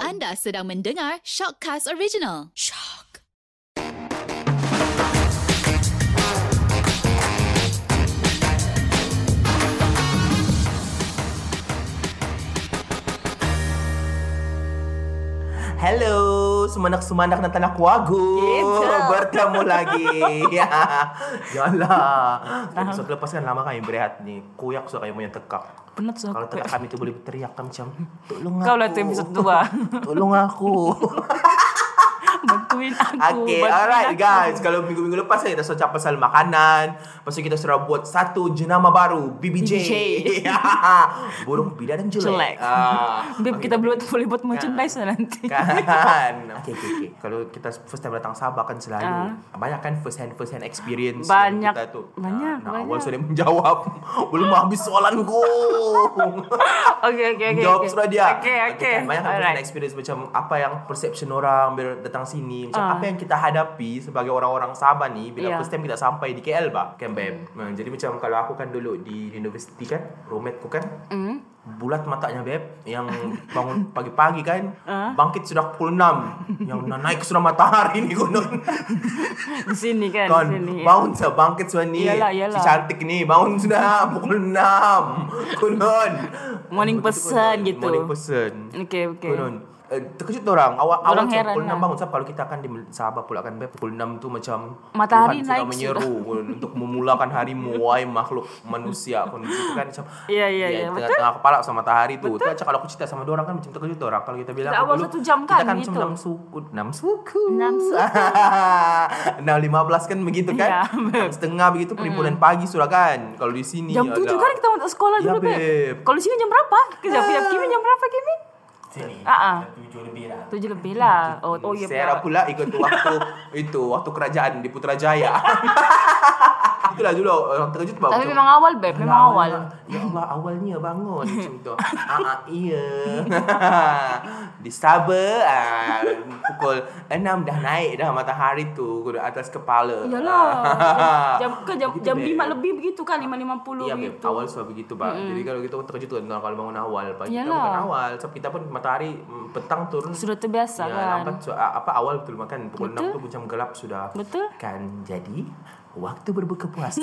Anda sedang mendengar Shockcast Original. Shock. Hello, sumanak-sumanak na tanak wago. Gitu. Bertemu lagi. Ya. Yala. So, lepas kan lama kami berehat nih. Kuyak so kayo mo yung tekak. Penat so Kalau aku. tekak kami tuh boleh teriak kami macam, tolong aku. Kau lah tu episode dua. Tolong aku. Bantuin aku. okay, bantuin alright aku. guys. Kalau minggu-minggu lepas kita sudah pasal makanan. Pasal kita sudah buat satu jenama baru, BBJ. BBJ. Burung bida dan jelek. Jelek. Ah. Babe, kita boleh boleh buat merchandise lah nanti. kan oke oke oke kalau kita first time datang Sabah kan selalu banyak kan first hand first hand experience yang Ah. Banyak, kita tuh banyak, nah, nah awal banyak. sudah menjawab belum habis soalan ku Oke, oke, oke. jawab oke. sudah dia Oke, oke. kan, banyak kan first hand Alright. experience macam apa yang perception orang bila datang sini macam Ah. Ya. apa yang kita hadapi sebagai orang-orang Sabah nih bila Iya. first time kita sampai di KL bah kan babe Hmm. Nah, jadi macam kalau aku kan dulu di universiti kan roommate ku kan Hmm. bulat matanya beb yang bangun pagi-pagi kan Ah. bangkit sudah pukul 6 yang na- naik sudah matahari ni gunung Di sini kan, kan di sini. bangun sudah bangkit sudah ni Iyalah, iyalah. si cantik ni bangun sudah pukul 6 kunun Morning person gitu. morning person Oke, oke. kunun Eh, terkejut orang awal awal Orang macam heran pukul 6 lah. bangun sebab kalau kita kan di Sabah pula kan beb pukul 6 tu macam Matahari Tuhan naik sudah menyeru untuk memulakan harimu wahai makhluk manusia kan gitu kan macam Iya, iya, Dia iya. tengah- tengah kepala sama matahari tuh. Itu aja kalau aku cerita sama dua orang kan macam terkejut dua orang. Kalau kita bilang Kita aku awal dulu, satu jam kita kan, kan gitu. macam enam suku, enam suku. Enam ah, suku. enam lima belas kan begitu kan? Iya, Enam setengah begitu perhimpunan pagi sudah kan. Kalau di sini Jam ya Allah. tujuh kan kita masuk sekolah Ya, dulu, babe. Kalau di sini jam berapa? Kejap, kejap. Kimi jam berapa, Kimi? Sini. Ah, ah. Tujuh lebih lah. Tujuh lebih lah. Oh, oh iya. Sarah benar. Hmm, pula ikut waktu itu waktu kerajaan di Putrajaya. Itulah dulu orang terkejut bang. Tapi memang awal, Beb. Memang Lah, awal. Ya Allah awalnya bangun macam tu. Ah, ah iya. Di Sabah ah, pukul 6 dah naik dah matahari tu ke atas kepala. Iyalah. Ah. Jam ke jam, Begitu, jam Beb. lima lebih begitu kan, lima lima puluh Iya, Beb. gitu. awal sudah begitu, Pak. Jadi kalau kita terkejut kan kalau bangun awal, Pak. Kita Iyalah. bukan awal, sebab kita pun matahari mm, petang turun. Sudah terbiasa ya, kan. lambat so, a- apa awal betul makan pukul Betul. 6 tu macam gelap sudah. Betul. Kan jadi waktu berbuka puasa.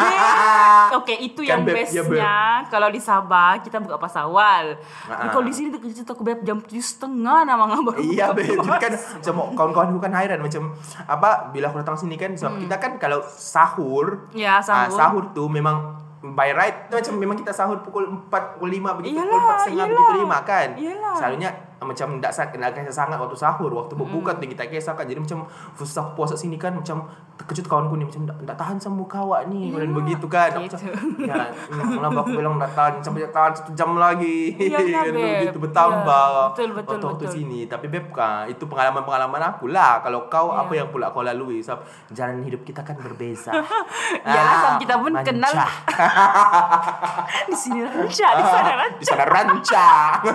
Oke, itu Kan, yang Beb? Ya, bestnya. kalau di Sabah kita buka pas awal. Ah, ah. Kalau di sini kita aku beb jam tujuh setengah nama nggak baru. Iya buka beb, puasa. jadi kan macam kawan-kawan bukan hairan macam apa bila aku datang sini kan Hmm. sebab kita kan kalau sahur, Ya, ah, sahur. sahur tuh memang by right tuh macam memang kita sahur pukul 4 pukul 5 begitu Iyalah, pukul 4 setengah iyalah. begitu 5 kan. Iyalah. Selalunya ah, macam tidak sangat tidak kisah sangat waktu sahur, waktu berbuka tuh kita kisah kan. Jadi macam susah aku puasa sini kan macam terkejut kawanku nih macam tidak tahan sama muka awak nih dan begitu kan. Aku Gitu. macam, ya, memang lah aku bilang tidak tahan sampai tidak tahan satu jam lagi. Iya kan, Beb? begitu bertambah. Iya, betul, betul, Waktu-waktu betul. sini tapi beb ka, itu pengalaman-pengalaman aku lah kalau kau Ya. apa yang pula kau lalui sebab jalan hidup kita kan berbeza Ya, Ah, sebab kita pun kenal- lah. rancah. di sini rancak, di sana kan? rancak. di sana rancang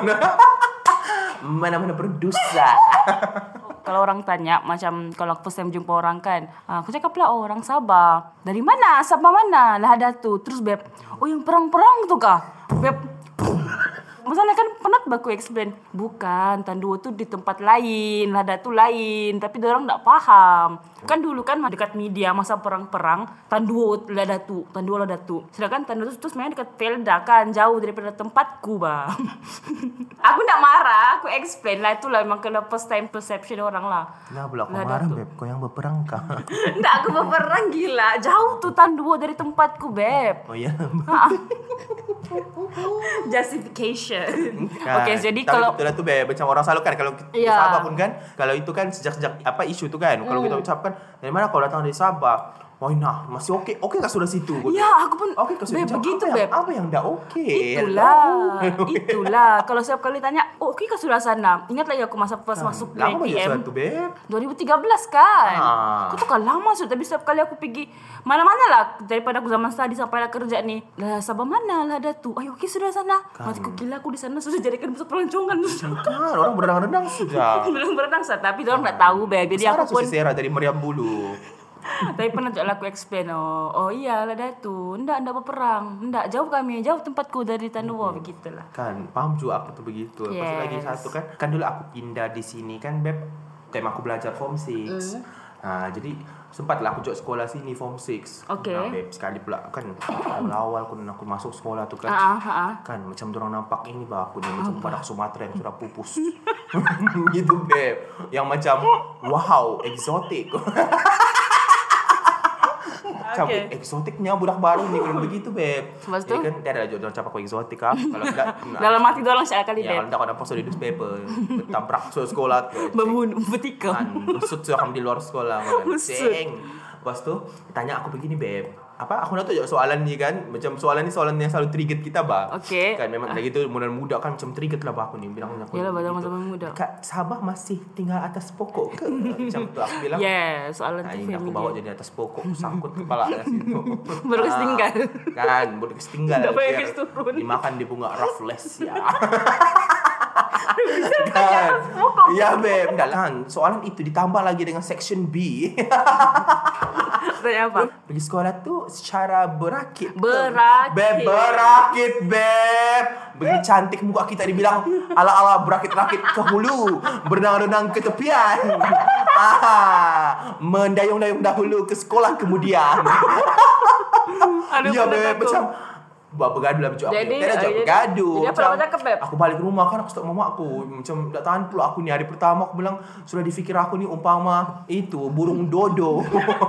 mana-mana berdosa Kalau orang tanya macam kalau aku first time jumpa orang kan, ah, aku cakap lah oh, orang Sabah. Dari mana? Sabah mana? Lah ada tu. Terus beb, oh yang perang-perang tu kah? Beb, Masalah kan penat baku explain Bukan, Tanduo tu di tempat lain Lada tu lain Tapi orang tak paham Kan dulu kan dekat media masa perang-perang Tanduo Lada tu Tanduo Lada tu Sedangkan Tanduo tu sebenarnya dekat Felda kan Jauh daripada tempatku bang Aku tak marah Aku explain lah Itulah memang kalau first time perception orang lah nah pula kau Lah, marah Datuk. beb kau yang berperang kah Tak aku berperang gila Jauh tu Tanduo dari tempatku beb oh ya Ah. Justification Kan. Okay jadi Tapi kalau Ya. betul lah tu beb macam orang selalu kan kalau kita Iya. Sabah pun kan kalau itu kan sejak-sejak apa isu tu kan kalau kita Hmm. ucapkan dari mana kau datang dari Sabah Wah nah masih okey okey kah sudah situ Ya, aku pun Okey kau sudah macam, Beb, begitu, apa yang, Beb. apa yang dah okey Itulah, itulah. Kalau setiap kali tanya, oh kau ke sudah sana. Ingat lagi aku masa first masuk Nah, Lama banyak PM. surat tu beb 2013 kan Ah. Aku tu kan lama sudah Tapi setiap kali aku pergi Mana-mana lah Daripada aku zaman study Sampai lah kerja ni Lah Sabah mana lah Datu Ayo okey sudah sana kan. Mati aku gila aku di sana Sudah jadikan pusat pelancongan Kan orang berenang-renang sudah Belum berenang sah Tapi orang tak tahu babe Jadi Sarah aku pun pun Sarah dari Meriam Bulu Tapi pernah tu aku explain oh, oh iya lah Datu. Ndak ndak berperang. Ndak jauh kami, jauh tempatku dari Tanua begitulah. Kan faham juga aku tu begitu Lepas tu lagi Yes. satu kan Kan dulu aku pindah di sini kan Beb Time aku belajar form 6 Mm. ha, Jadi Sempatlah aku jok sekolah sini form 6 Okay. nah, Beb sekali pula kan Awal-awal aku, aku masuk sekolah tu kan Ah, ah, ah. Kan macam orang nampak ini bah aku ni macam badak Sumatera yang sudah pupus. gitu beb. Yang macam wow, exotic. Macam Okay. eksotiknya budak baru ni kalau begitu beb. Lepas tu? Jadi kan tiada lah jodoh cakap aku eksotik ah. Kalau tidak Dalam hati dorang saya lah kali Ya, kalau beb. tidak kau nampak sudah newspaper, tabrak suruh sekolah tu. Berbun, bertikam. Kan, usut sudah kami di luar sekolah kan. Usut. Ceng. Lepas tu tanya aku begini beb. Apa aku nak tunjuk soalan ni kan Macam soalan ni soalan yang selalu trigger kita bah Okey. Kan memang lagi tu muda muda kan macam trigger lah bah aku ni Bilang aku Yalah, bah, begitu. zaman-zaman muda. Dekat Sabah masih tinggal atas pokok ke? macam tu aku bilang Yeah, soalan Nah, tu ini aku bawa familiar. jadi atas pokok sangkut kepala kat situ. Baru Ah, ketinggal. Kan, baru ketinggal. Tak payah biar kes turun. Dimakan di bunga raffles ya. kan. Ya beb, dah lah. Soalan itu ditambah lagi dengan section B. Tanya apa? Pergi sekolah tu secara berakit. ke? Berakit. Beb, berakit, beb. Begini cantik muka kita dibilang ala-ala berakit-rakit ke hulu. Berenang-renang ke tepian. Ah, mendayung-dayung dahulu ke sekolah kemudian. Aduh, ya, pernah beb, aku. macam Buat bergaduh lah macam Jadi, aku Tidak eh, jawab jadi- bergaduh jadi apa Macam, nak cakap, Beb? Aku balik rumah kan aku stop mama aku Macam tak tahan pula aku ni Hari pertama aku bilang Sudah difikir aku ni umpama Itu burung dodo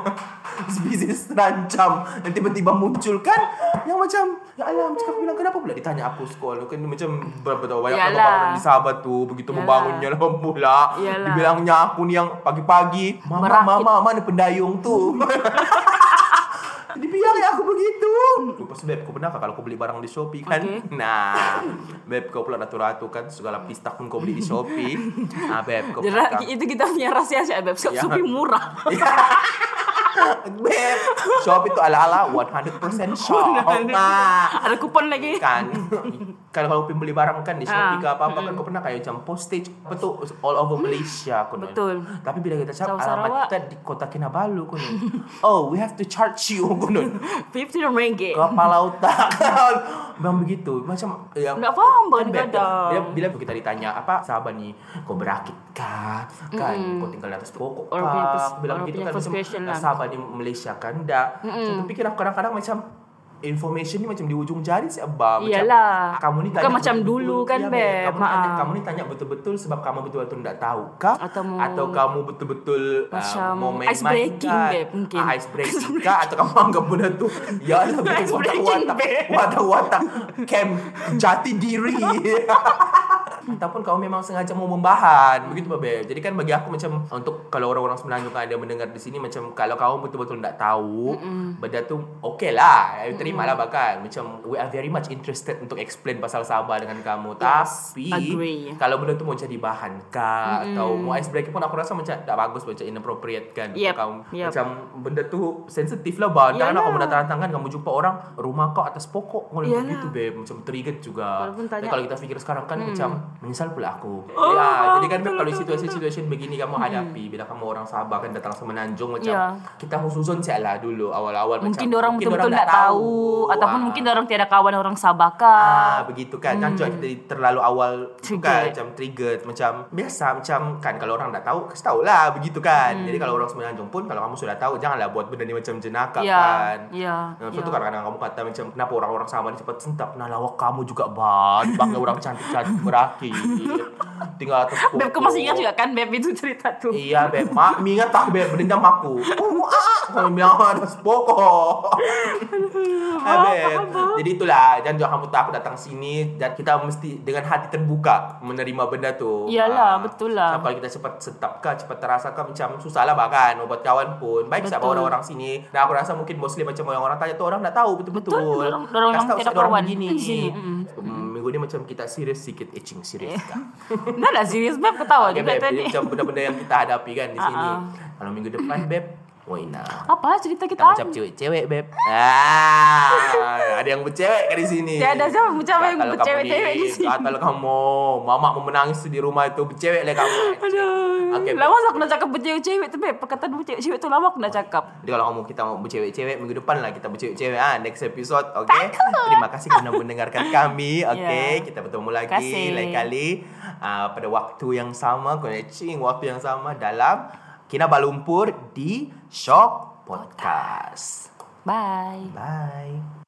Spesies terancam Dan tiba-tiba muncul kan Yang macam Ya Allah macam aku bilang Kenapa pula ditanya aku sekolah Kan macam berapa tahu Banyak Yalah. orang di sahabat tu Begitu Yalah. membangunnya lah pula Yalah. Dibilangnya aku ni yang pagi-pagi Mama, Merakit. mama, mana pendayung tu Dibilang ya aku begitu Lepas tu Beb kau pernah kalau kau beli barang di Shopee kan Okey. Nah Beb kau pula ratu-ratu kan Segala pista pun kau beli di Shopee Nah Beb kau Jerak pernah- itu kita punya rahsia sih beb. Sebab Ya. supi murah. Beb Shopee tu ala-ala 100% shop Nah Ada kupon lagi. kan kalau kalau pengen beli barang kan di Shopee Ah, ke apa-apa kan kau pernah kayak macam postage betul all over Malaysia kau ni. Betul. tapi bila kita cakap Sarawak, alamat Sarawak. kita di kota Kinabalu kau ni. oh we have to charge you kau ni. Fifty ringgit. kepala otak kan Memang begitu macam ya, yang Nggak faham bahkan Beb, kadang. Kan bila, bila kita ditanya apa sahabat ni kau berakit kah kan kau tinggal di atas pokok Orang punya pers- kah bilang orang begitu punya kan first macam question lah. sahabat di Malaysia kan dah mm pikir aku kadang-kadang macam information ni macam di ujung jari sih abah macam Iyalah. kamu ni Bukan tanya macam betul-betul. dulu kan, Ya, Beb. kamu, ni tanya, Ha. kamu ni tanya betul-betul sebab kamu betul-betul tidak tahu kah Atau mau- kamu betul-betul uh, Macam mau main-main ice breaking, kan? Beb, mungkin. Ah, ice breaking kah atau kamu anggap benda tu ya lah Ice breaking, watak-watak Beb. watak-watak camp jati diri ataupun kamu memang sengaja mau membahan begitu Beb jadi kan bagi aku macam untuk kalau orang-orang Semenanjung kan ada mendengar di sini macam kalau kamu betul-betul tidak tahu benda tu okay lah terima lah bahkan macam we are very much interested untuk explain pasal Sabah dengan kamu tapi agree. kalau benda tu mau jadi bahan kah atau mau icebreaker pun aku rasa macam tak bagus macam inappropriate kan untuk Yep, kamu yep. macam benda tu sensitif lah bah Jangan lah Yalah. kamu datang tangan kamu jumpa orang rumah kau atas pokok kau Yalah. begitu beb macam trigger juga. Walaupun tanya- Hmm. Ah, Tapi kalau kita fikir sekarang kan macam menyesal pula aku. ya, jadi kan beb kalau situasi-situasi begini kamu hadapi bila kamu orang Sabah kan datang semenanjung macam Hmm. Ya. kita khususun sialah lah dulu awal-awal Mungkin macam orang betul-betul dorang tak tahu. Ah. Ataupun mungkin orang tiada kawan orang Sabah kah. Ah, begitu kan. hmm. Kan cuak kita terlalu awal tu kan Triggered. macam triggered, macam biasa macam kan kalau orang tak tahu kasih tahu lah begitu kan. Hmm. Jadi kalau orang semenanjung pun kalau kamu sudah tahu janganlah buat benda ni macam jenaka Ya, kan. ya, Nah, lepas ya. tu kadang-kadang kamu kata macam kenapa orang-orang sama ni cepat sentap. Nah, lawak kamu juga ban, bangga orang cantik-cantik beraki. Tinggal atas Oh. pokok. Beb, kau masih ingat juga kan Beb itu cerita tu? Iya, Beb. Mak, Mi ingat tak, Beb? Berdendam aku. Oh, ah. Kau bilang aku atas pokok. Ah, Beb. Jadi itulah. Jangan jangan kamu tak aku datang sini. Dan kita mesti dengan hati terbuka menerima benda tu. Iyalah, Ah. betul lah. Sebab kalau kita cepat setap kah, cepat terasa kah, macam susah lah bahkan. Buat kawan pun. Baik sebab Betul. orang-orang sini. Dan aku rasa mungkin mostly macam orang-orang tanya tu orang tak tahu betul-betul. Betul, orang- orang Kasih tahu tidak orang kawan. begini. Di sini, mm. Hmm, Minggu ni macam kita serius sikit. Eh, cing, serius kah? Nggak lah, serius Beb ketawa Okay, juga babe, tadi. Jadi macam benda-benda yang kita hadapi kan di sini. Ah, Kalau minggu depan beb Wina. Apa cerita kita? Kamu cap cewek, cewek beb. Ah, ada yang bercewek kan di sini. Tiada siapa bercewek yang Kalau kamu bercewek-cewek di sini. Kalau kamu mama mau menangis di rumah itu bercewek lah kamu. Aduh. Okey, baik. Lawas aku nak cakap bercewek-cewek tu, babe. Perkataan bercewek-cewek tu lama aku nak cakap. Jadi kalau kamu kita mau bercewek-cewek minggu depan lah kita bercewek-cewek ah next episode, oke? Terima kasih karena mendengarkan kami, oke? Ya. Kita bertemu lagi Kasih. lain kali ah, pada waktu yang sama, connecting waktu yang sama dalam Kinabalumpur Lumpur di Shock Podcast. Bye. Bye.